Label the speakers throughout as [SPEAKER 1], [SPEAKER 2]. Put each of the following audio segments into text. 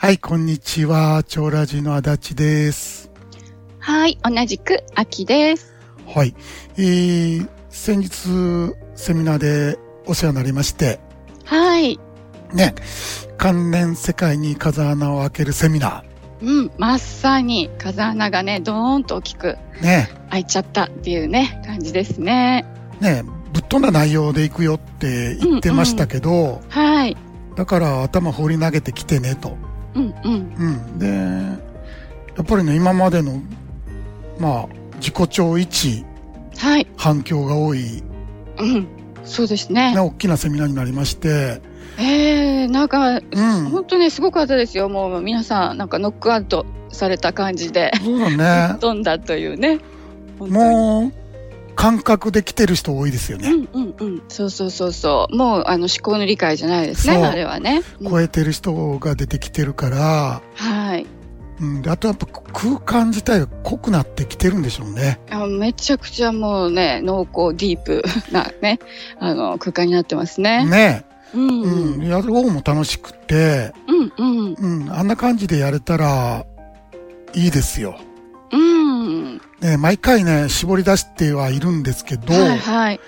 [SPEAKER 1] はい、こんにちは。超ラジの足立です。
[SPEAKER 2] はい、同じく秋です。
[SPEAKER 1] はい。えー、先日、セミナーでお世話になりまして、
[SPEAKER 2] はい、
[SPEAKER 1] ね、関連世界に風穴を開けるセミナ
[SPEAKER 2] うん、まさに風穴がね、ドーンと大きく
[SPEAKER 1] ー、ね、
[SPEAKER 2] 開いちゃったっていうね、感じですね。
[SPEAKER 1] ね、ぶっ飛んだ内容で行くよって言ってましたけど、
[SPEAKER 2] はい、
[SPEAKER 1] だから頭放り投げてきてねと。
[SPEAKER 2] うん、うん、
[SPEAKER 1] うん。で、やっぱりね、今までの、まあ、自己調一、
[SPEAKER 2] はい、
[SPEAKER 1] 反響が多い、
[SPEAKER 2] うん、そうです
[SPEAKER 1] ね、
[SPEAKER 2] ね。
[SPEAKER 1] 大きなセミナーになりまして、
[SPEAKER 2] えー、なんか、
[SPEAKER 1] うん。
[SPEAKER 2] 本当ね、すごかったですよ。もう皆さん、なんかノックアウトされた感じで、
[SPEAKER 1] そうだね。
[SPEAKER 2] 飛んだというね。本当に
[SPEAKER 1] もう、感覚で来てる人多いですよ
[SPEAKER 2] う
[SPEAKER 1] ね。
[SPEAKER 2] んうんうん、そうそうそうそうもうあの思考の理解じゃないですね
[SPEAKER 1] そう
[SPEAKER 2] あれはね、うん
[SPEAKER 1] 超えてる人が出てきてるから、
[SPEAKER 2] はい
[SPEAKER 1] うん。であとやっぱ空間自体が濃くなってきてるんでしょうね。
[SPEAKER 2] あめちゃくちゃもうね、濃厚、ディープ なね、あの、空間になってますね。
[SPEAKER 1] ね。
[SPEAKER 2] うん、う
[SPEAKER 1] うん。
[SPEAKER 2] ん、
[SPEAKER 1] やる方も楽しくて、
[SPEAKER 2] うん、うん、
[SPEAKER 1] うん。あんな感じでやれたら、いいですよ。
[SPEAKER 2] うん。
[SPEAKER 1] ね、毎回ね、絞り出してはいるんですけど、
[SPEAKER 2] はい、はい。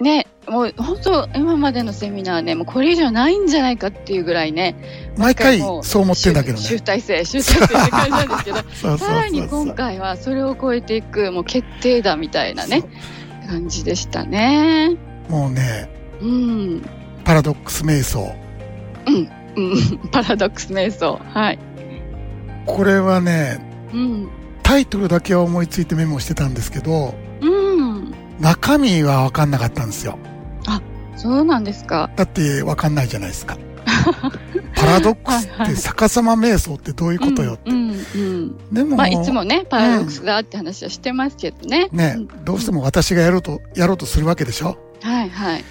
[SPEAKER 2] ね、もう本当、今までのセミナーね、もうこれ以上ないんじゃないかっていうぐらいね、
[SPEAKER 1] 毎回
[SPEAKER 2] も
[SPEAKER 1] そう思ってんだけどね。
[SPEAKER 2] 集集大成、集大成って感じなんですけど、
[SPEAKER 1] そうそうそうそう
[SPEAKER 2] さらに今回はそれを超えていく、もう決定だみたいなね、感じでしたね。
[SPEAKER 1] もうね、
[SPEAKER 2] うん。
[SPEAKER 1] パラドックス瞑想。
[SPEAKER 2] うん。 パラドックス瞑想。はい。
[SPEAKER 1] これはね、
[SPEAKER 2] うん。
[SPEAKER 1] タイトルだけは思いついてメモしてたんですけど、
[SPEAKER 2] うん。
[SPEAKER 1] 中身はわかんなかったんですよ。
[SPEAKER 2] そうなんですか。
[SPEAKER 1] だってわかんないじゃない ですか。パラドックス
[SPEAKER 2] はい
[SPEAKER 1] っ
[SPEAKER 2] は
[SPEAKER 1] て
[SPEAKER 2] い
[SPEAKER 1] 逆さま瞑想ってどういうことよって。
[SPEAKER 2] うん、うん、
[SPEAKER 1] で
[SPEAKER 2] う
[SPEAKER 1] も、
[SPEAKER 2] ん。まあ、いつもね、パラドックスだって話はしてますけどね。
[SPEAKER 1] ね
[SPEAKER 2] う、
[SPEAKER 1] どうしても私がやろうと、やろうとするわけでしょ
[SPEAKER 2] んはい、はい。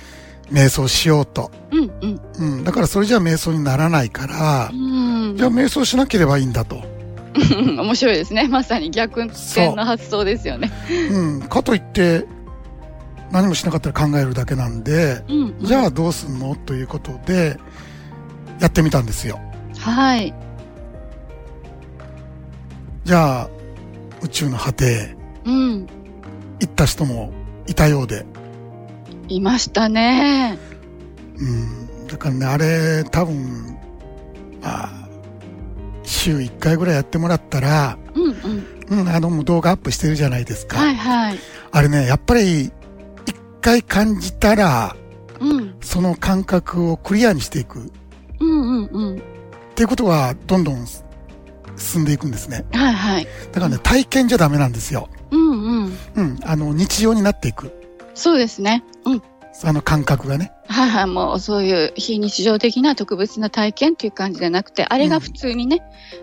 [SPEAKER 1] 瞑想しようと。
[SPEAKER 2] うん、うん。
[SPEAKER 1] うん。だからそれじゃ瞑想にならないから、
[SPEAKER 2] うん。
[SPEAKER 1] じゃあ瞑想しなければいいんだと。
[SPEAKER 2] うん 面白いですね。まさに逆転の発想ですよね。
[SPEAKER 1] うん。かといって、何もしなかったら考えるだけなんで、
[SPEAKER 2] うん、うん
[SPEAKER 1] じゃあどうすんのということで、やってみたんですよ。
[SPEAKER 2] はい。
[SPEAKER 1] じゃあ、宇宙の果て、
[SPEAKER 2] うん。
[SPEAKER 1] 行った人もいたようで。
[SPEAKER 2] いましたね。
[SPEAKER 1] うん。だからね、あれ、多分、まあ、週1回ぐらいやってもらったら、
[SPEAKER 2] うん、うん。
[SPEAKER 1] うん、あの、もう動画アップしてるじゃないですか。
[SPEAKER 2] はい、はい。
[SPEAKER 1] あれね、やっぱり、一回感じたら、
[SPEAKER 2] うん。
[SPEAKER 1] その感覚をクリアにしていく。
[SPEAKER 2] うん、うん、うん。
[SPEAKER 1] っていうことがどんどん進んでいくんですね。
[SPEAKER 2] はい、はい。
[SPEAKER 1] だからね、体験じゃダメなんですよ。
[SPEAKER 2] うん、うん。
[SPEAKER 1] うん。あの、日常になっていく。
[SPEAKER 2] そうですね。うん。
[SPEAKER 1] あの感覚がね。
[SPEAKER 2] はいはい、もうそういう非日常的な特別な体験っていう感じじゃなくて、あれが普通にね、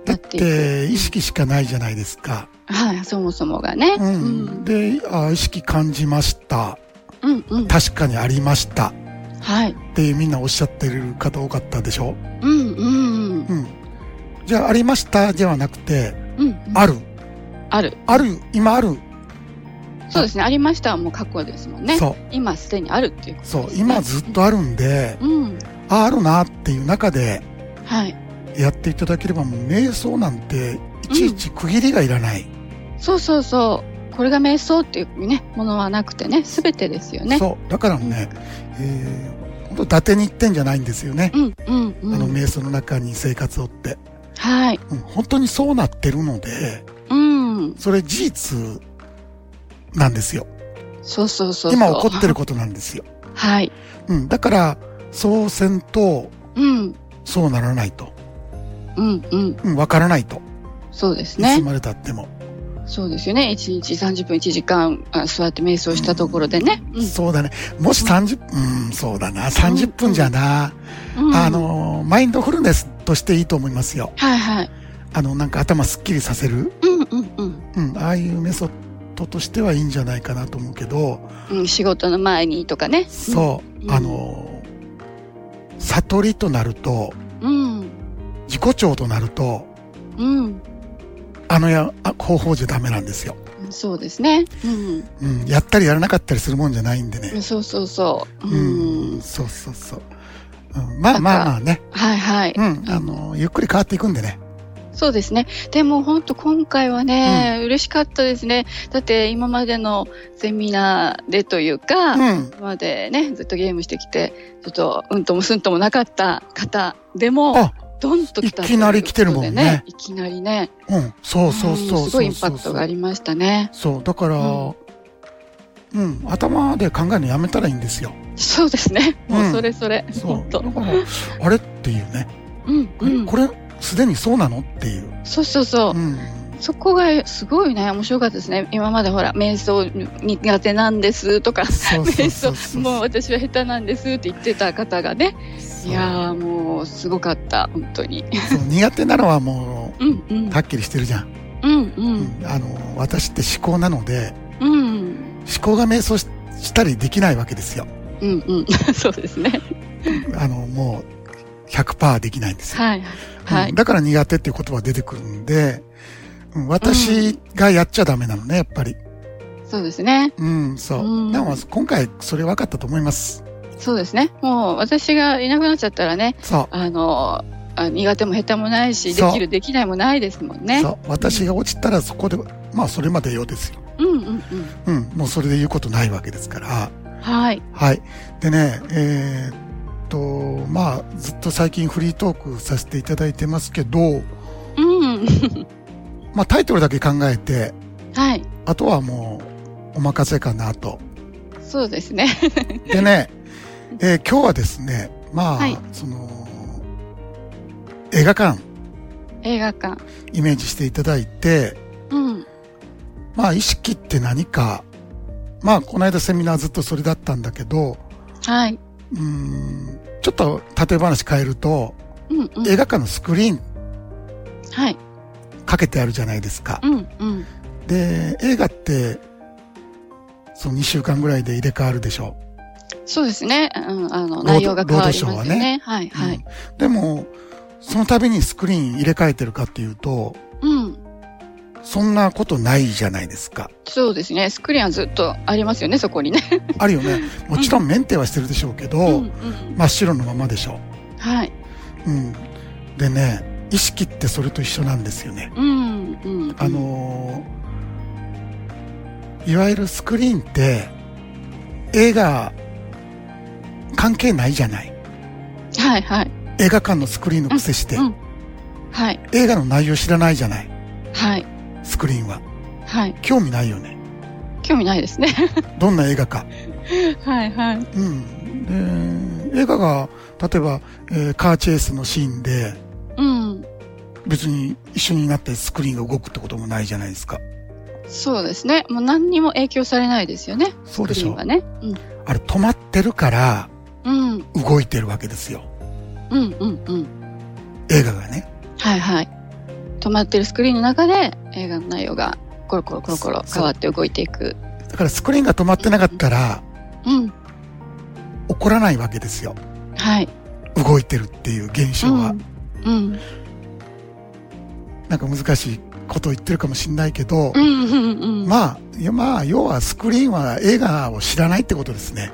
[SPEAKER 1] だっ
[SPEAKER 2] なっていく。
[SPEAKER 1] て、意識しかないじゃないですか。
[SPEAKER 2] はい、そもそもがね。
[SPEAKER 1] うん。
[SPEAKER 2] うん、
[SPEAKER 1] であ、意識感じました。
[SPEAKER 2] うん、うん。
[SPEAKER 1] 確かにありました。
[SPEAKER 2] はい。
[SPEAKER 1] ってみんなおっしゃってる方多かったでしょ
[SPEAKER 2] うん、うん、
[SPEAKER 1] うん。じゃあ、ありましたではなくて、
[SPEAKER 2] うん。うん
[SPEAKER 1] ある。
[SPEAKER 2] ある。
[SPEAKER 1] ある。今ある。
[SPEAKER 2] そうですね。ありましたはもう過去ですもんね。
[SPEAKER 1] そう。
[SPEAKER 2] 今すでにあるっていうこと
[SPEAKER 1] そう
[SPEAKER 2] で。すね
[SPEAKER 1] 今ずっ。とあるんで、
[SPEAKER 2] うん。
[SPEAKER 1] あ、あるなっていう中で
[SPEAKER 2] はい。
[SPEAKER 1] やっていただければ、もう瞑想なんて、いちいち区切りがいらない。
[SPEAKER 2] そうそうそう。これが瞑想っていうね、ものはなくてね、すべてですよね。
[SPEAKER 1] そう。だからね、えー、本当伊達に行ってんじゃないんですよね。
[SPEAKER 2] うん、うん、
[SPEAKER 1] あの
[SPEAKER 2] うん。
[SPEAKER 1] 瞑想の中に生活をって、
[SPEAKER 2] はい。
[SPEAKER 1] うん本当にそうなってるので、
[SPEAKER 2] うん。
[SPEAKER 1] それ事実なんですよ。
[SPEAKER 2] そうそうそうそう。
[SPEAKER 1] 今起こってることなんですよ。
[SPEAKER 2] はい。
[SPEAKER 1] うん。だから、そうせんと、
[SPEAKER 2] うん。
[SPEAKER 1] そうならないと。
[SPEAKER 2] うん、うん。
[SPEAKER 1] うん、わからないと。
[SPEAKER 2] そうです
[SPEAKER 1] い
[SPEAKER 2] ね
[SPEAKER 1] つ。まで経っても。
[SPEAKER 2] そうですよね。1日30分、1時間あ座って瞑想したところでね。
[SPEAKER 1] そうだね。もし30、うん、そうだな。30分じゃな。
[SPEAKER 2] うんうん
[SPEAKER 1] あ、の、マインドフルネスとしていいと思いますよ。
[SPEAKER 2] はいはい。
[SPEAKER 1] あの、なんか頭すっきりさせる。
[SPEAKER 2] うんうんう
[SPEAKER 1] う
[SPEAKER 2] ん
[SPEAKER 1] ん、ああいうメソッドとしてはいいんじゃないかなと思うけど、
[SPEAKER 2] うん。仕事の前にとかね。
[SPEAKER 1] そう、
[SPEAKER 2] うん
[SPEAKER 1] あの、悟りとなると、
[SPEAKER 2] うん。
[SPEAKER 1] 自己調となると、
[SPEAKER 2] うん。
[SPEAKER 1] あのや、あ方法じゃダメなんですよ。
[SPEAKER 2] うん。そうですね。うん
[SPEAKER 1] うん、やったりやらなかったりするもんじゃないんで
[SPEAKER 2] う
[SPEAKER 1] ね。
[SPEAKER 2] ん。そうそうそう。
[SPEAKER 1] う
[SPEAKER 2] うん
[SPEAKER 1] ん、。そうそうそう。うんまあまあまあね。
[SPEAKER 2] はいはい。
[SPEAKER 1] うん。あの、ゆっくり変わっていくんでね。
[SPEAKER 2] そうですね。でも本当今回はね、嬉しかったですね。だって今までのセミナーでというか、
[SPEAKER 1] うん。
[SPEAKER 2] 今までね、ずっとゲームしてきて、ちょっとうんともすんともなかった方でも
[SPEAKER 1] あ、
[SPEAKER 2] ドンと来たとうことで
[SPEAKER 1] いきなり来てるもんね
[SPEAKER 2] いきなりね。
[SPEAKER 1] うん。そうそうそうそう。
[SPEAKER 2] んすごいインパクトがありましたね。
[SPEAKER 1] そう。だから、
[SPEAKER 2] うん
[SPEAKER 1] うん。頭で考えるのやめたらいいんですよ。
[SPEAKER 2] そうですね。もうそれそれ。
[SPEAKER 1] そ
[SPEAKER 2] 本
[SPEAKER 1] う。だ
[SPEAKER 2] 当。
[SPEAKER 1] から、あれっていうね。
[SPEAKER 2] うん、うん。
[SPEAKER 1] これ、すでにそうなのっていう。
[SPEAKER 2] そうそうそ
[SPEAKER 1] う。
[SPEAKER 2] う
[SPEAKER 1] ん。
[SPEAKER 2] そこがすごいね、面白かったですね。今までほら、瞑想苦手なんですとか、
[SPEAKER 1] そうそ
[SPEAKER 2] 瞑
[SPEAKER 1] うそう
[SPEAKER 2] 想、
[SPEAKER 1] そう。
[SPEAKER 2] もう私は下手なんですって言ってた方がね、
[SPEAKER 1] そう
[SPEAKER 2] いやーもうすごかった、本当に。
[SPEAKER 1] そう苦手なのはも
[SPEAKER 2] うんう
[SPEAKER 1] う、
[SPEAKER 2] ん。
[SPEAKER 1] はっきりしてるじゃん。
[SPEAKER 2] うんう。
[SPEAKER 1] うんん。あの、私って思考なので、
[SPEAKER 2] うん
[SPEAKER 1] 思考が瞑想ししたりできないわけですよ。
[SPEAKER 2] うんうん。 そうですね。
[SPEAKER 1] あの、もう、100%できないんですよ。
[SPEAKER 2] はい。は
[SPEAKER 1] う
[SPEAKER 2] い
[SPEAKER 1] ん。だから苦手っていう言葉が出てくるんで、うん私がやっちゃダメなのね、やっぱり。
[SPEAKER 2] そうですね。
[SPEAKER 1] うん、そう。
[SPEAKER 2] うん
[SPEAKER 1] でも、今回、それ分かったと思います。
[SPEAKER 2] そうですね。もう私がいなくなっちゃったらね、
[SPEAKER 1] そ
[SPEAKER 2] あの、あ苦手も下手もないし、
[SPEAKER 1] そう
[SPEAKER 2] できるできないもないですもん
[SPEAKER 1] う。
[SPEAKER 2] ね。
[SPEAKER 1] そう。私が落ちたら、そこで、まあ、それまでようですよ。
[SPEAKER 2] うんうんうん。
[SPEAKER 1] うん。もう、それで言うことないわけですから。
[SPEAKER 2] はい。
[SPEAKER 1] はい。でね、えーっと、まあ、ずっと最近フリートークさせていただいてますけど、
[SPEAKER 2] うん。
[SPEAKER 1] まあ、タイトルだけ考えて、
[SPEAKER 2] はい。
[SPEAKER 1] あとはもう、お任せかなと。
[SPEAKER 2] そうですね。
[SPEAKER 1] でね、えー今日はですね、まあ、
[SPEAKER 2] はい
[SPEAKER 1] その、映画館
[SPEAKER 2] 映画館。
[SPEAKER 1] イメージしていただいて、
[SPEAKER 2] うん。
[SPEAKER 1] まあ意識って何か、まあこの間セミナーずっとそれだったんだけど、
[SPEAKER 2] はい。
[SPEAKER 1] うーん、ちょっと例え話変えると、
[SPEAKER 2] うんうん。
[SPEAKER 1] 映画館のスクリーン
[SPEAKER 2] はい。
[SPEAKER 1] かけてあるじゃないですか
[SPEAKER 2] う。んうん。
[SPEAKER 1] で、映画って、その2週間ぐらいで入れ替わるでしょ
[SPEAKER 2] そうですね。うん、
[SPEAKER 1] ド
[SPEAKER 2] あの、内容が変わりますよね。
[SPEAKER 1] ロードショーは
[SPEAKER 2] は
[SPEAKER 1] ね。
[SPEAKER 2] いうはい。
[SPEAKER 1] うんでも、その度にスクリーン入れ替えてるかっていうと、
[SPEAKER 2] うん。
[SPEAKER 1] そんなことないじゃないです か。
[SPEAKER 2] そうですね。スクリーンはずっとありますよね、そこにね。
[SPEAKER 1] あるよね。もちろんメンテはしてるでしょうけど、
[SPEAKER 2] うんうん
[SPEAKER 1] 真っ白のままでしょ。
[SPEAKER 2] はい。
[SPEAKER 1] うん。でね、意識ってそれと一緒なんですよね。
[SPEAKER 2] うんうん。
[SPEAKER 1] あ、のーいわゆるスクリーンって、映画、関係ないじゃない。
[SPEAKER 2] はいはい。
[SPEAKER 1] 映画館のスクリーンの癖して、
[SPEAKER 2] うんうんはい。
[SPEAKER 1] 映画の内容知らないじゃない。
[SPEAKER 2] はい。
[SPEAKER 1] スクリーンは。
[SPEAKER 2] はい。
[SPEAKER 1] 興味ないよね。
[SPEAKER 2] 興味ないですね。
[SPEAKER 1] どんな映画か。
[SPEAKER 2] はいは
[SPEAKER 1] う
[SPEAKER 2] い。
[SPEAKER 1] ん。で、映画が、例えば、えーカーチェイスのシーンで、
[SPEAKER 2] うん。
[SPEAKER 1] 別に一緒になってスクリーンが動くってこともないじゃないですか。
[SPEAKER 2] そうですね。もう何にも影響されないですよね。
[SPEAKER 1] そう
[SPEAKER 2] ス
[SPEAKER 1] で
[SPEAKER 2] ク
[SPEAKER 1] しょ
[SPEAKER 2] リーンはね。
[SPEAKER 1] あれ止まってるから
[SPEAKER 2] うん。うん。
[SPEAKER 1] 動いてるわけですよ。
[SPEAKER 2] うんうんうん。
[SPEAKER 1] 映画がね。
[SPEAKER 2] はいはい。止まってるスクリーンの中で映画の内容がコロコロコロコロ変わって動いていく。
[SPEAKER 1] だからスクリーンが止まってなかったら
[SPEAKER 2] うん。
[SPEAKER 1] 起こらないわけですよ。
[SPEAKER 2] はい。
[SPEAKER 1] 動いてるっていう現象は。
[SPEAKER 2] うん。
[SPEAKER 1] なんか難しいことを言ってるかもしんないけど
[SPEAKER 2] う、んうんうん。
[SPEAKER 1] ま
[SPEAKER 2] ま、
[SPEAKER 1] あ、いやまあ、要はスクリーンは映画を知らないってことですね。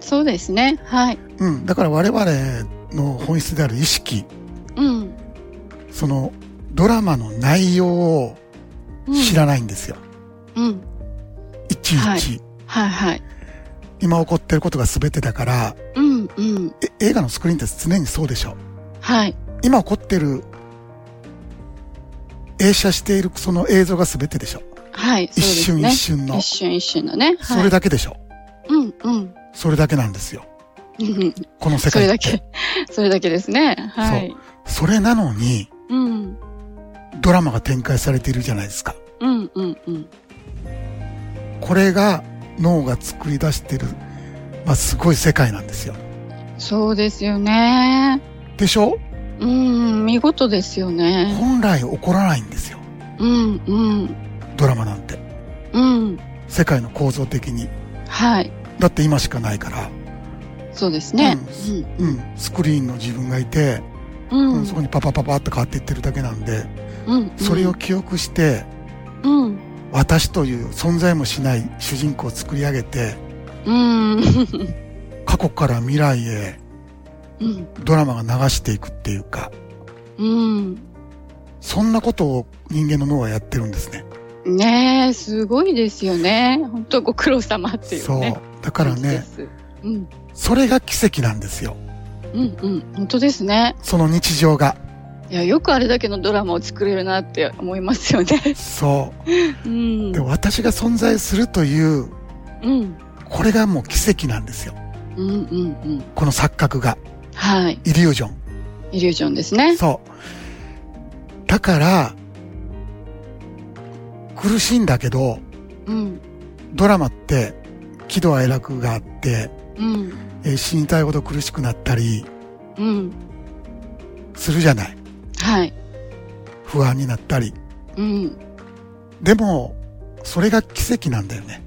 [SPEAKER 2] そうですね。はい。
[SPEAKER 1] うん。だから我々の本質である意識、
[SPEAKER 2] うん。
[SPEAKER 1] そのドラマの内容を
[SPEAKER 2] うん
[SPEAKER 1] 知らないんですよ。
[SPEAKER 2] うん。
[SPEAKER 1] いちいち。
[SPEAKER 2] はいはいはい。
[SPEAKER 1] 今起こってることが全てだから、
[SPEAKER 2] うんうん。
[SPEAKER 1] え映画のスクリーンって常にそうでしょ。
[SPEAKER 2] はい。
[SPEAKER 1] 今起こってる、映写しているその映像が全てでしょ。
[SPEAKER 2] はい。
[SPEAKER 1] 一
[SPEAKER 2] そう
[SPEAKER 1] 瞬
[SPEAKER 2] で
[SPEAKER 1] 一
[SPEAKER 2] す
[SPEAKER 1] 瞬
[SPEAKER 2] ね。
[SPEAKER 1] の。
[SPEAKER 2] 一瞬一瞬のね。はい
[SPEAKER 1] それだけでしょ。
[SPEAKER 2] うんうん。
[SPEAKER 1] それだけなんですよ。
[SPEAKER 2] うん
[SPEAKER 1] この世
[SPEAKER 2] そ
[SPEAKER 1] 界
[SPEAKER 2] れ
[SPEAKER 1] って。
[SPEAKER 2] だけ。 それだけですね。はい。
[SPEAKER 1] それなのに、
[SPEAKER 2] うん。
[SPEAKER 1] ドラマが展開されているじゃないですか。
[SPEAKER 2] うんうんうん。
[SPEAKER 1] これが脳が作り出している、まあすごい世界なんですよ。
[SPEAKER 2] そうですよね。
[SPEAKER 1] でしょ
[SPEAKER 2] うん。見事ですよね。
[SPEAKER 1] 本来起こらないんですよ。
[SPEAKER 2] うんうん。
[SPEAKER 1] ドラマなんて。
[SPEAKER 2] うん。
[SPEAKER 1] 世界の構造的に。
[SPEAKER 2] はい。
[SPEAKER 1] だって今しかないから。
[SPEAKER 2] そうですね。
[SPEAKER 1] うん。スクリーンの自分がいて、
[SPEAKER 2] うん。うん。
[SPEAKER 1] そこにパパパパって変わっていってるだけなんで、
[SPEAKER 2] うん。
[SPEAKER 1] それを。記憶して、
[SPEAKER 2] うん。
[SPEAKER 1] 私という存在もしない主人公を作り上げて、
[SPEAKER 2] うん。
[SPEAKER 1] 過去から未来へ
[SPEAKER 2] うん。
[SPEAKER 1] ドラマが流していくっていうか、
[SPEAKER 2] うん。
[SPEAKER 1] そんなことを人間の脳はやってるんですね。
[SPEAKER 2] ねえ、すごいですよね。本当ご苦労様っていう
[SPEAKER 1] そう
[SPEAKER 2] ね。。
[SPEAKER 1] だから
[SPEAKER 2] 感
[SPEAKER 1] ね、
[SPEAKER 2] じです。うん。
[SPEAKER 1] それが奇跡なんですよ。
[SPEAKER 2] うんうん。本当ですね。
[SPEAKER 1] その日常が。
[SPEAKER 2] いや、よくあれだけのドラマを作れるなって思いま すよね。
[SPEAKER 1] そうう。
[SPEAKER 2] ん
[SPEAKER 1] で、。私が存在するという、
[SPEAKER 2] うん。
[SPEAKER 1] これがもう奇跡なんですよ。
[SPEAKER 2] うんうんうん。
[SPEAKER 1] この錯覚が。
[SPEAKER 2] はい。
[SPEAKER 1] イリュージョン。
[SPEAKER 2] イリュージョンですね。
[SPEAKER 1] そう。だから、苦しいんだけど、
[SPEAKER 2] うん。
[SPEAKER 1] ドラマって、喜怒哀楽があって、
[SPEAKER 2] うん。
[SPEAKER 1] えー死にたいほど苦しくなったり
[SPEAKER 2] うん。
[SPEAKER 1] するじゃない。
[SPEAKER 2] はい。
[SPEAKER 1] 不安になったり。
[SPEAKER 2] うん。
[SPEAKER 1] でも、それが奇跡なんだよね。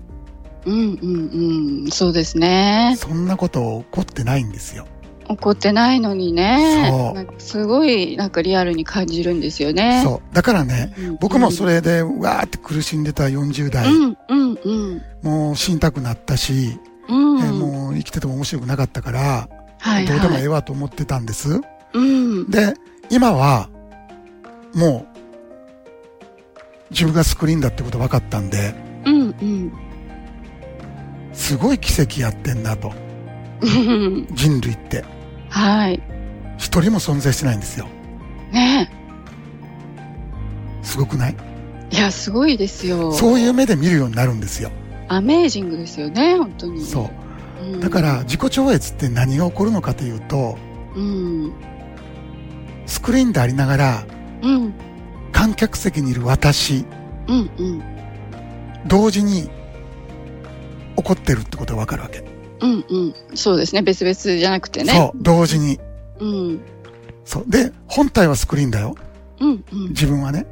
[SPEAKER 2] うんうんうん。そうですね。
[SPEAKER 1] そんなこと起こってないんですよ。
[SPEAKER 2] 怒ってないのに
[SPEAKER 1] そう
[SPEAKER 2] ね。なんかすごい、なんかリアルに感じるんですよね。
[SPEAKER 1] そう。だからね、
[SPEAKER 2] うん
[SPEAKER 1] 僕もそ。れで、わーって苦しんでた40代、
[SPEAKER 2] うんうんうん。
[SPEAKER 1] もう死にたくなったし、
[SPEAKER 2] うん。
[SPEAKER 1] えーもう生きてても面白くなかったから、
[SPEAKER 2] はい
[SPEAKER 1] どうでも
[SPEAKER 2] は
[SPEAKER 1] ええ
[SPEAKER 2] い。
[SPEAKER 1] わと思ってたんです。
[SPEAKER 2] うん。
[SPEAKER 1] で、今は、もう、自分がスクリーンだってこと分かったんで、
[SPEAKER 2] うんうん。
[SPEAKER 1] すごい奇跡やってんなと。
[SPEAKER 2] うん
[SPEAKER 1] 人類って、
[SPEAKER 2] はい。
[SPEAKER 1] 一人も存在してないんですよ。
[SPEAKER 2] ね
[SPEAKER 1] すごくない
[SPEAKER 2] えいや、すごいですよ。
[SPEAKER 1] そういう目で見るようになるんですよ。
[SPEAKER 2] アメージングですよね、本当に。
[SPEAKER 1] そう
[SPEAKER 2] うん。
[SPEAKER 1] だから、自己超越って何が起こるのかというと、
[SPEAKER 2] うん。
[SPEAKER 1] スクリーンでありながら、
[SPEAKER 2] うん。
[SPEAKER 1] 観客席にいる私、
[SPEAKER 2] うん。うん。
[SPEAKER 1] 同時に、怒ってるってことがわかるわけ。
[SPEAKER 2] うん。うん。そうですね。別々じゃなくてね。
[SPEAKER 1] そう、同時に。
[SPEAKER 2] う。うん。
[SPEAKER 1] そう。で、本体はスクリーンだよ。
[SPEAKER 2] うん。うん。
[SPEAKER 1] 自分はね。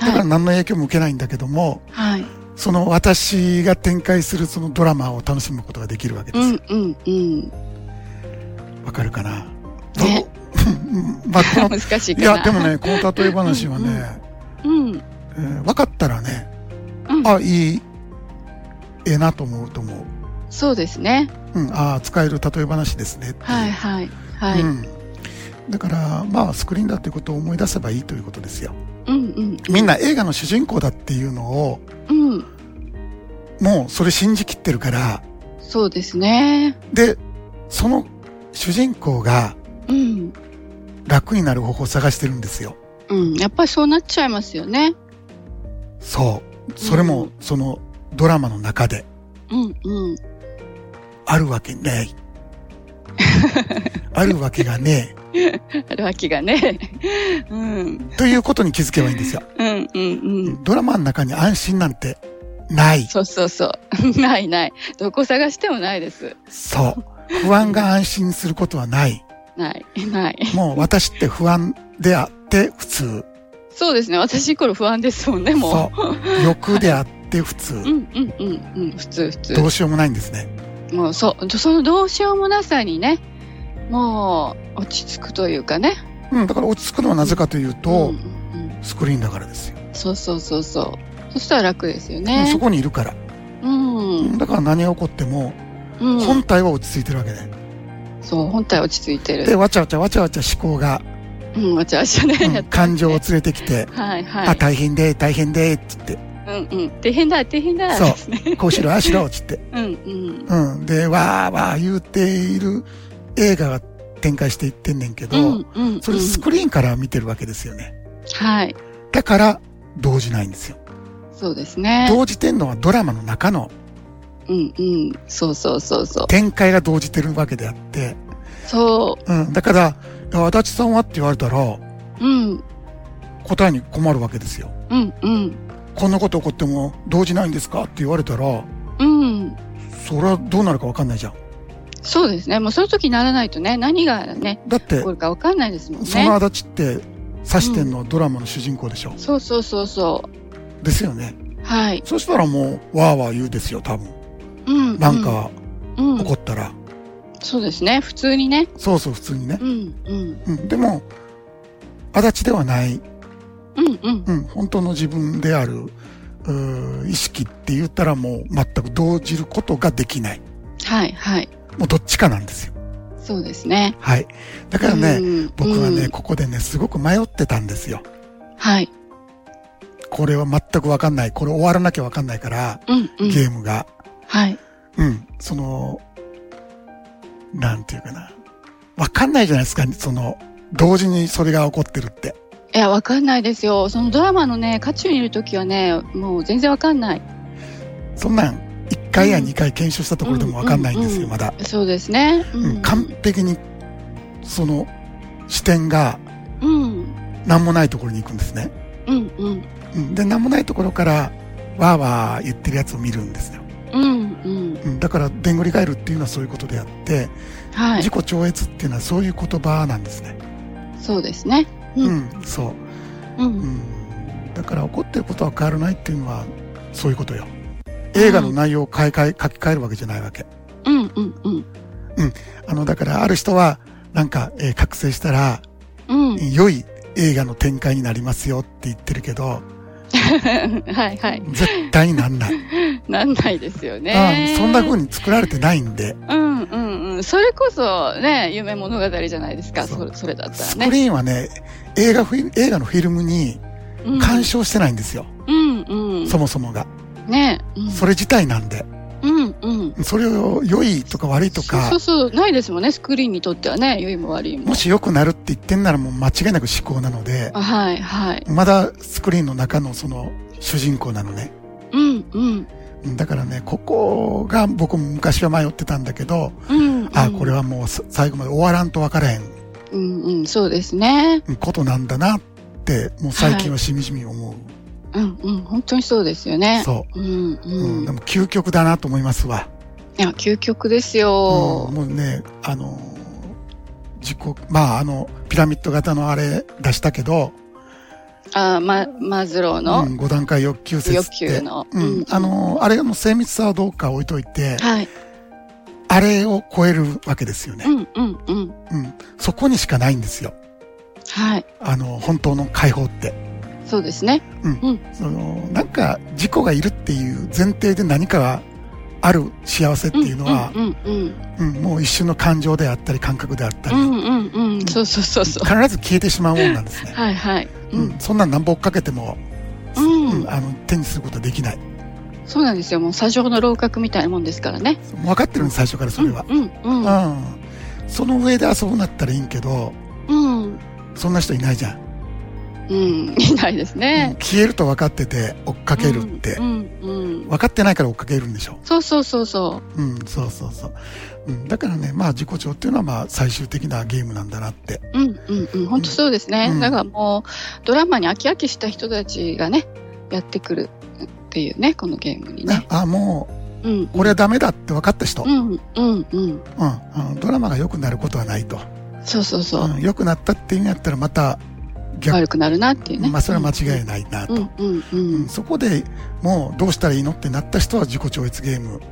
[SPEAKER 1] だか
[SPEAKER 2] は
[SPEAKER 1] ら
[SPEAKER 2] い。
[SPEAKER 1] 何の影響も受けないんだけども、
[SPEAKER 2] はい。
[SPEAKER 1] その私が展開するそのドラマを楽しむことができるわけで
[SPEAKER 2] う
[SPEAKER 1] すよ
[SPEAKER 2] ん。。うん。うん。
[SPEAKER 1] わかるかな
[SPEAKER 2] ね
[SPEAKER 1] どう うんまあ、この
[SPEAKER 2] 難しい
[SPEAKER 1] い
[SPEAKER 2] かな。
[SPEAKER 1] や、でもね、この例え話はね、
[SPEAKER 2] うん。
[SPEAKER 1] えー分かったらね、
[SPEAKER 2] うん
[SPEAKER 1] あ、いい、ええなと思うと思う。
[SPEAKER 2] そうですね。
[SPEAKER 1] うん、ああ、使える例え話ですねっていう。
[SPEAKER 2] はい。はい。はい。う。
[SPEAKER 1] うんん。だから、まあ、スクリーンだっていうことを思い出せばいいということですよ。
[SPEAKER 2] うん。
[SPEAKER 1] みんな映画の主人公だっていうのを、
[SPEAKER 2] うん。
[SPEAKER 1] もうそれ信じきってるから、
[SPEAKER 2] そうですね。
[SPEAKER 1] で、その主人公が
[SPEAKER 2] うん。
[SPEAKER 1] 楽になる方法を探してるんですよ。
[SPEAKER 2] うん。やっぱりそうなっちゃいますよね。
[SPEAKER 1] そう。それ
[SPEAKER 2] う
[SPEAKER 1] も
[SPEAKER 2] ん、
[SPEAKER 1] そのドラマの中で
[SPEAKER 2] うん。うん。
[SPEAKER 1] あるわけ ねえ。あるわけがね
[SPEAKER 2] あるわけがね。 うん。
[SPEAKER 1] え。ということに気づけばいいんですよ。
[SPEAKER 2] うん。うん。うん。
[SPEAKER 1] ドラマの中に安心なんてない。
[SPEAKER 2] そうそうそう。 ないない。どこ探してもないです。
[SPEAKER 1] そう。不安が安心することはない。
[SPEAKER 2] ない。ない。
[SPEAKER 1] もう私って不安であって普通。
[SPEAKER 2] そうですね。私イコール不安ですもんね、も
[SPEAKER 1] そう。欲であって普通
[SPEAKER 2] う。う。んうんうんうん。普通普
[SPEAKER 1] ど
[SPEAKER 2] 通。
[SPEAKER 1] うしようもないんですね。
[SPEAKER 2] もうそう。そのどうしようもなさにね、もう落ち着くというかね。
[SPEAKER 1] うん、だから落ち着くのはなぜかという
[SPEAKER 2] うんう
[SPEAKER 1] と、
[SPEAKER 2] んうん
[SPEAKER 1] スクリーンだからですよ。
[SPEAKER 2] そうそうそうそう。そしたら楽ですよ
[SPEAKER 1] うんそ
[SPEAKER 2] ね。
[SPEAKER 1] こにいるから。
[SPEAKER 2] うん。うん。
[SPEAKER 1] だから何が起こっても、本体は落ち着いてるわけね。
[SPEAKER 2] そう、本体落ち着いて
[SPEAKER 1] で、
[SPEAKER 2] る。
[SPEAKER 1] わちゃわちゃわちゃわちゃ思考 が、
[SPEAKER 2] うん、わちゃわちゃね
[SPEAKER 1] う。ん
[SPEAKER 2] やってますね
[SPEAKER 1] 感情を連れてきて、
[SPEAKER 2] はいは
[SPEAKER 1] あ、
[SPEAKER 2] い。
[SPEAKER 1] 大変で、大変で、つって、
[SPEAKER 2] うんうん。大変だ、大変だ。
[SPEAKER 1] そう
[SPEAKER 2] ですね。
[SPEAKER 1] こうしろ、ああしろ、つっ て。
[SPEAKER 2] うんうん。
[SPEAKER 1] うん。で、わーわー言うている映画が展開していってんねんけ
[SPEAKER 2] う
[SPEAKER 1] ど、
[SPEAKER 2] んうん。
[SPEAKER 1] それ
[SPEAKER 2] うん
[SPEAKER 1] スクリーンから見てるわけですよね。
[SPEAKER 2] はい。
[SPEAKER 1] だから、動じないんですよ。
[SPEAKER 2] そうですね。
[SPEAKER 1] 動じてんのはドラマの中の
[SPEAKER 2] うんうん。そうそうそうそう。
[SPEAKER 1] 展開が動じてるわけであって、
[SPEAKER 2] そ
[SPEAKER 1] うん。だから、いや足立さんはって言われたら、
[SPEAKER 2] う。うん。
[SPEAKER 1] 答えに困るわけですよ。
[SPEAKER 2] うんうん。
[SPEAKER 1] こんなこと起こっても動じないんですかって言われたら、
[SPEAKER 2] うん。
[SPEAKER 1] それはどうなるかわかんないじゃん。
[SPEAKER 2] そうですね。もうその時にならないとね、何がね、
[SPEAKER 1] だって
[SPEAKER 2] 起こ、るか分かんないですもん
[SPEAKER 1] その
[SPEAKER 2] ね。
[SPEAKER 1] 足立って指してんのはドラマの主人公でしょ、
[SPEAKER 2] そうそうそうそ
[SPEAKER 1] ですよね
[SPEAKER 2] う。はい。
[SPEAKER 1] そしたらもうわーわー言うですよ多分
[SPEAKER 2] うん。
[SPEAKER 1] なんか
[SPEAKER 2] うん、うん
[SPEAKER 1] 怒ったら、
[SPEAKER 2] そうですね。普通にね。
[SPEAKER 1] そうそう普通にね
[SPEAKER 2] う、んうん。
[SPEAKER 1] うん、でも足立ではない、
[SPEAKER 2] うんうん。
[SPEAKER 1] うん、本当の自分であるうー意識って言ったらもう全く動じることができない
[SPEAKER 2] はいはい。
[SPEAKER 1] もうどっちかなんですよ
[SPEAKER 2] そうですね。
[SPEAKER 1] はい。だからね、
[SPEAKER 2] うん
[SPEAKER 1] 僕はね、
[SPEAKER 2] うん
[SPEAKER 1] ここでね、すごく迷ってたんですよ。
[SPEAKER 2] はい。
[SPEAKER 1] これは全くわかんない。これ終わらなきゃわかんないから、
[SPEAKER 2] うんうん。
[SPEAKER 1] ゲームが。
[SPEAKER 2] はい。
[SPEAKER 1] うん。その、なんていうかな。わかんないじゃないですか、その、同時にそれが起こってるって。
[SPEAKER 2] いや、わかんないですよ。そのドラマのね、渦中にいるときはね、もう全然わかんない。
[SPEAKER 1] そんなん、1回や
[SPEAKER 2] うん
[SPEAKER 1] 2回検証したところでもわかんないんです
[SPEAKER 2] うんうんう
[SPEAKER 1] よ、
[SPEAKER 2] ん
[SPEAKER 1] まだ。
[SPEAKER 2] そうですね。う
[SPEAKER 1] うん完璧に、その、視点が、
[SPEAKER 2] うん。
[SPEAKER 1] なんもないところに行くんですね。
[SPEAKER 2] うんうん。
[SPEAKER 1] うん。で、なんもないところから、わーわー言ってるやつを見るんですよ。
[SPEAKER 2] うんうん。
[SPEAKER 1] うん。だから、でんぐり返るっていうのはそういうことであって、
[SPEAKER 2] はい
[SPEAKER 1] 自。己超越っていうのはそういう言葉なんですね。
[SPEAKER 2] そうですね。う
[SPEAKER 1] うん、そう。
[SPEAKER 2] う。
[SPEAKER 1] うんんだから怒ってることは変わらないっていうのはそういうことよ映画の内容を変え変え書き換えるわけじゃないわけ
[SPEAKER 2] うんうんうん。
[SPEAKER 1] あのだからある人はなんか、えー覚醒したら
[SPEAKER 2] うん。
[SPEAKER 1] 良い映画の展開になりますよって言ってるけど
[SPEAKER 2] はいはい。
[SPEAKER 1] 絶対になんない、
[SPEAKER 2] なんないですよ
[SPEAKER 1] あ
[SPEAKER 2] ね
[SPEAKER 1] あ。そんな風
[SPEAKER 2] に。
[SPEAKER 1] に作られてないんで
[SPEAKER 2] うんうんうん。それこそね、夢物語じゃないですか。
[SPEAKER 1] そう
[SPEAKER 2] それそれだった
[SPEAKER 1] ス
[SPEAKER 2] ら
[SPEAKER 1] ク
[SPEAKER 2] ね。
[SPEAKER 1] リーンはね映画フィ映画のフィルムに
[SPEAKER 2] うん
[SPEAKER 1] 干渉してないんですよ、
[SPEAKER 2] うんうん。
[SPEAKER 1] そもそもが
[SPEAKER 2] ね。うん
[SPEAKER 1] それ自体なんで
[SPEAKER 2] うんうん。
[SPEAKER 1] それを良いとか悪いとか
[SPEAKER 2] そうそうそう、ないですもんね。スクリーンにとってはね、良いも悪いも。
[SPEAKER 1] もし良くなるって言ってんならもう間違いなく思考なので
[SPEAKER 2] あはいはい。
[SPEAKER 1] まだスクリーンの中のその主人公なのね。
[SPEAKER 2] うんうん。
[SPEAKER 1] うんだからね、ここが僕も昔は迷ってたんだけど、
[SPEAKER 2] うん、うん。
[SPEAKER 1] あこれ。はもうさ最後まで終わらんと分からへん
[SPEAKER 2] うんうん、そうですね。
[SPEAKER 1] ことなんだなって、もう最近はしみじみ思う。
[SPEAKER 2] うんうん、本当にそうですよね。
[SPEAKER 1] そ
[SPEAKER 2] うん
[SPEAKER 1] う。
[SPEAKER 2] う。
[SPEAKER 1] うんん、で
[SPEAKER 2] い
[SPEAKER 1] も究極だなと思いますわ。
[SPEAKER 2] や、究極です
[SPEAKER 1] う
[SPEAKER 2] よ
[SPEAKER 1] ん、。もうね、あのー、自己、まああの、ピラミッド型のあれ出したけど、
[SPEAKER 2] あま、マズロー
[SPEAKER 1] う
[SPEAKER 2] の
[SPEAKER 1] ん、5段階欲求説
[SPEAKER 2] 欲
[SPEAKER 1] っ
[SPEAKER 2] 求
[SPEAKER 1] て。
[SPEAKER 2] の。
[SPEAKER 1] うん、あのー、あれの精密さはどうか置いといて、
[SPEAKER 2] はい。
[SPEAKER 1] あれを超えるわけですよね
[SPEAKER 2] う。んうんうん。
[SPEAKER 1] うん、そこにしかないんですよ。
[SPEAKER 2] はい。
[SPEAKER 1] あの、本当の解放って。
[SPEAKER 2] そうですね。
[SPEAKER 1] その、なんか、事故がいるっていう前提で何かがある幸せっていうのは、
[SPEAKER 2] うんうん
[SPEAKER 1] うんもう一瞬の感情であったり、感覚であった
[SPEAKER 2] う
[SPEAKER 1] り、
[SPEAKER 2] ん。うんうんうん。そうそうそうそう。
[SPEAKER 1] 必ず消えてしまうもんなんですね。
[SPEAKER 2] はいはい。う
[SPEAKER 1] うんん、そんなん何ぼ追っかけても、
[SPEAKER 2] うん
[SPEAKER 1] あの、手にすることはできない。
[SPEAKER 2] そうなんですよ。もう、砂上の楼閣みたいなもんですからね。
[SPEAKER 1] もう分かってるんです、最初からそれは。
[SPEAKER 2] うんう
[SPEAKER 1] うん
[SPEAKER 2] うん。
[SPEAKER 1] ん。その上で遊ぶなったらいいんけど、
[SPEAKER 2] うん。
[SPEAKER 1] そんな人いないじゃん。
[SPEAKER 2] うん。いないです
[SPEAKER 1] うん
[SPEAKER 2] ね。
[SPEAKER 1] 消えると分かってて、追っかけるって
[SPEAKER 2] う。んうん。
[SPEAKER 1] 分かってないから追っかけるんでしょ。
[SPEAKER 2] そうそうそうそ
[SPEAKER 1] うん、そうそうそう。うん、だからね、まあ自己調っていうのはまあ最終的なゲームなんだなって。
[SPEAKER 2] う。うんうんうん。本当そうですね。
[SPEAKER 1] うん
[SPEAKER 2] だからもう、ドラマに飽き飽きした人たちがね、やってくるっていうね、このゲームに
[SPEAKER 1] ね
[SPEAKER 2] ね。、
[SPEAKER 1] あ、も
[SPEAKER 2] うん。
[SPEAKER 1] う、俺はダメだって分かった人。う、
[SPEAKER 2] うんんうんう
[SPEAKER 1] う
[SPEAKER 2] ん。
[SPEAKER 1] ん、ドラマが良くなることはないと。
[SPEAKER 2] そうそうそうう。
[SPEAKER 1] ん、良くなったっていうんやったらまた逆、
[SPEAKER 2] 悪くなるなっていうね。
[SPEAKER 1] まあそれは間違いないなと。
[SPEAKER 2] うんうんう
[SPEAKER 1] うんん。そこでもうどうしたらいいのってなった人は自己超越ゲーム、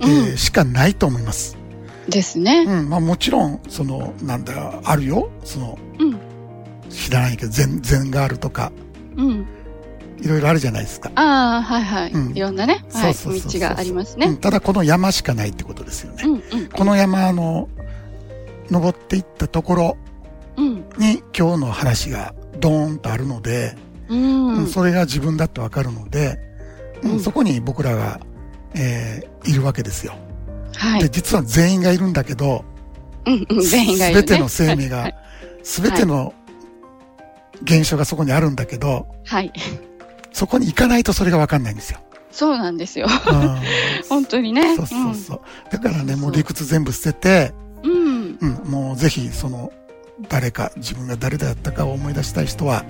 [SPEAKER 1] え
[SPEAKER 2] う
[SPEAKER 1] ーしかないと思います。
[SPEAKER 2] ん。ですね。
[SPEAKER 1] うん、まあもちろん、その、なんだ、あるよ。その、
[SPEAKER 2] うん
[SPEAKER 1] 知らないけど、全然があるとか、
[SPEAKER 2] うん。
[SPEAKER 1] いろいろあるじゃないですか。
[SPEAKER 2] ああ、はいはい、
[SPEAKER 1] うん
[SPEAKER 2] いろんなね、はい、
[SPEAKER 1] そうそうそうそう
[SPEAKER 2] 道があります
[SPEAKER 1] う
[SPEAKER 2] ね。
[SPEAKER 1] ん、ただこの山しかないってことですよね。
[SPEAKER 2] うんうん
[SPEAKER 1] この山の登っていったところ
[SPEAKER 2] うん
[SPEAKER 1] に今日の話がドーンとあるので、
[SPEAKER 2] うん
[SPEAKER 1] うんそれが自分だってわかるので、うん
[SPEAKER 2] うん
[SPEAKER 1] そこに僕らが、えーいるわけですよ。
[SPEAKER 2] は
[SPEAKER 1] で、
[SPEAKER 2] い、
[SPEAKER 1] 実は全員がいるんだけど、
[SPEAKER 2] うんうん全員がいる、ね。
[SPEAKER 1] 全ての生命が
[SPEAKER 2] はい、
[SPEAKER 1] 全ての現象がそこにあるんだけど、
[SPEAKER 2] はい、
[SPEAKER 1] そこに行かないとそれがわかんないんですよ。
[SPEAKER 2] そうなんですよ。
[SPEAKER 1] うん
[SPEAKER 2] 本当にね。
[SPEAKER 1] そうそうそう。だからね、もう理屈全部捨てて、
[SPEAKER 2] うん、
[SPEAKER 1] うん、もうぜひその誰か自分が誰だったかを思い出したい人は、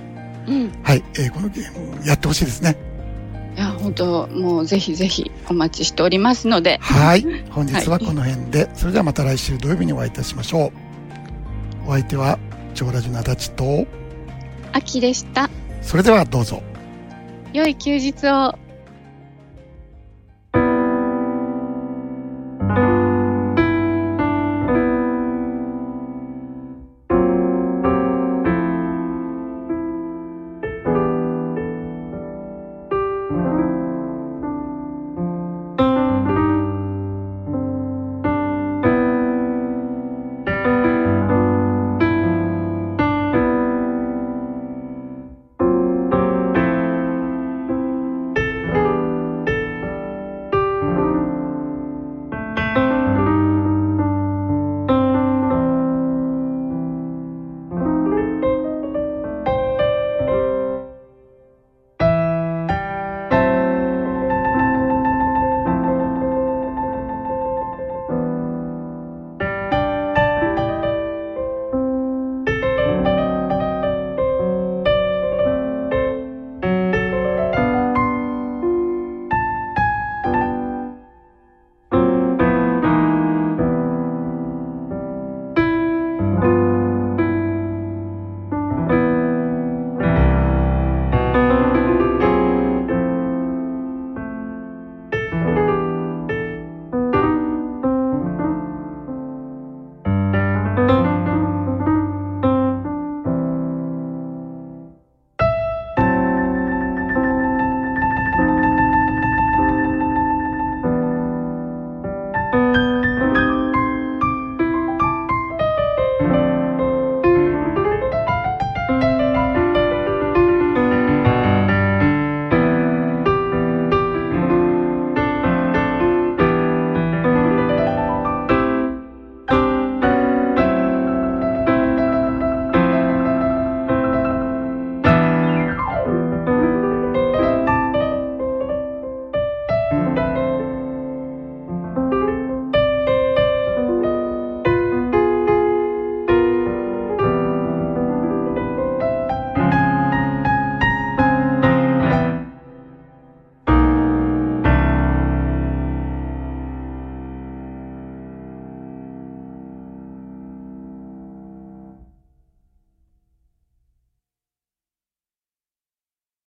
[SPEAKER 2] うん、うん。
[SPEAKER 1] はい、えーこのゲームやってほしいですね。
[SPEAKER 2] いや、本当、もうぜひぜひお待ちしておりますので。
[SPEAKER 1] はい、本日はこの辺で、それではまた来週土曜日にお会いいたしましょう。お相手は長ラジの足立と、
[SPEAKER 2] 秋でした。
[SPEAKER 1] それではどうぞ。
[SPEAKER 2] 良い休日を。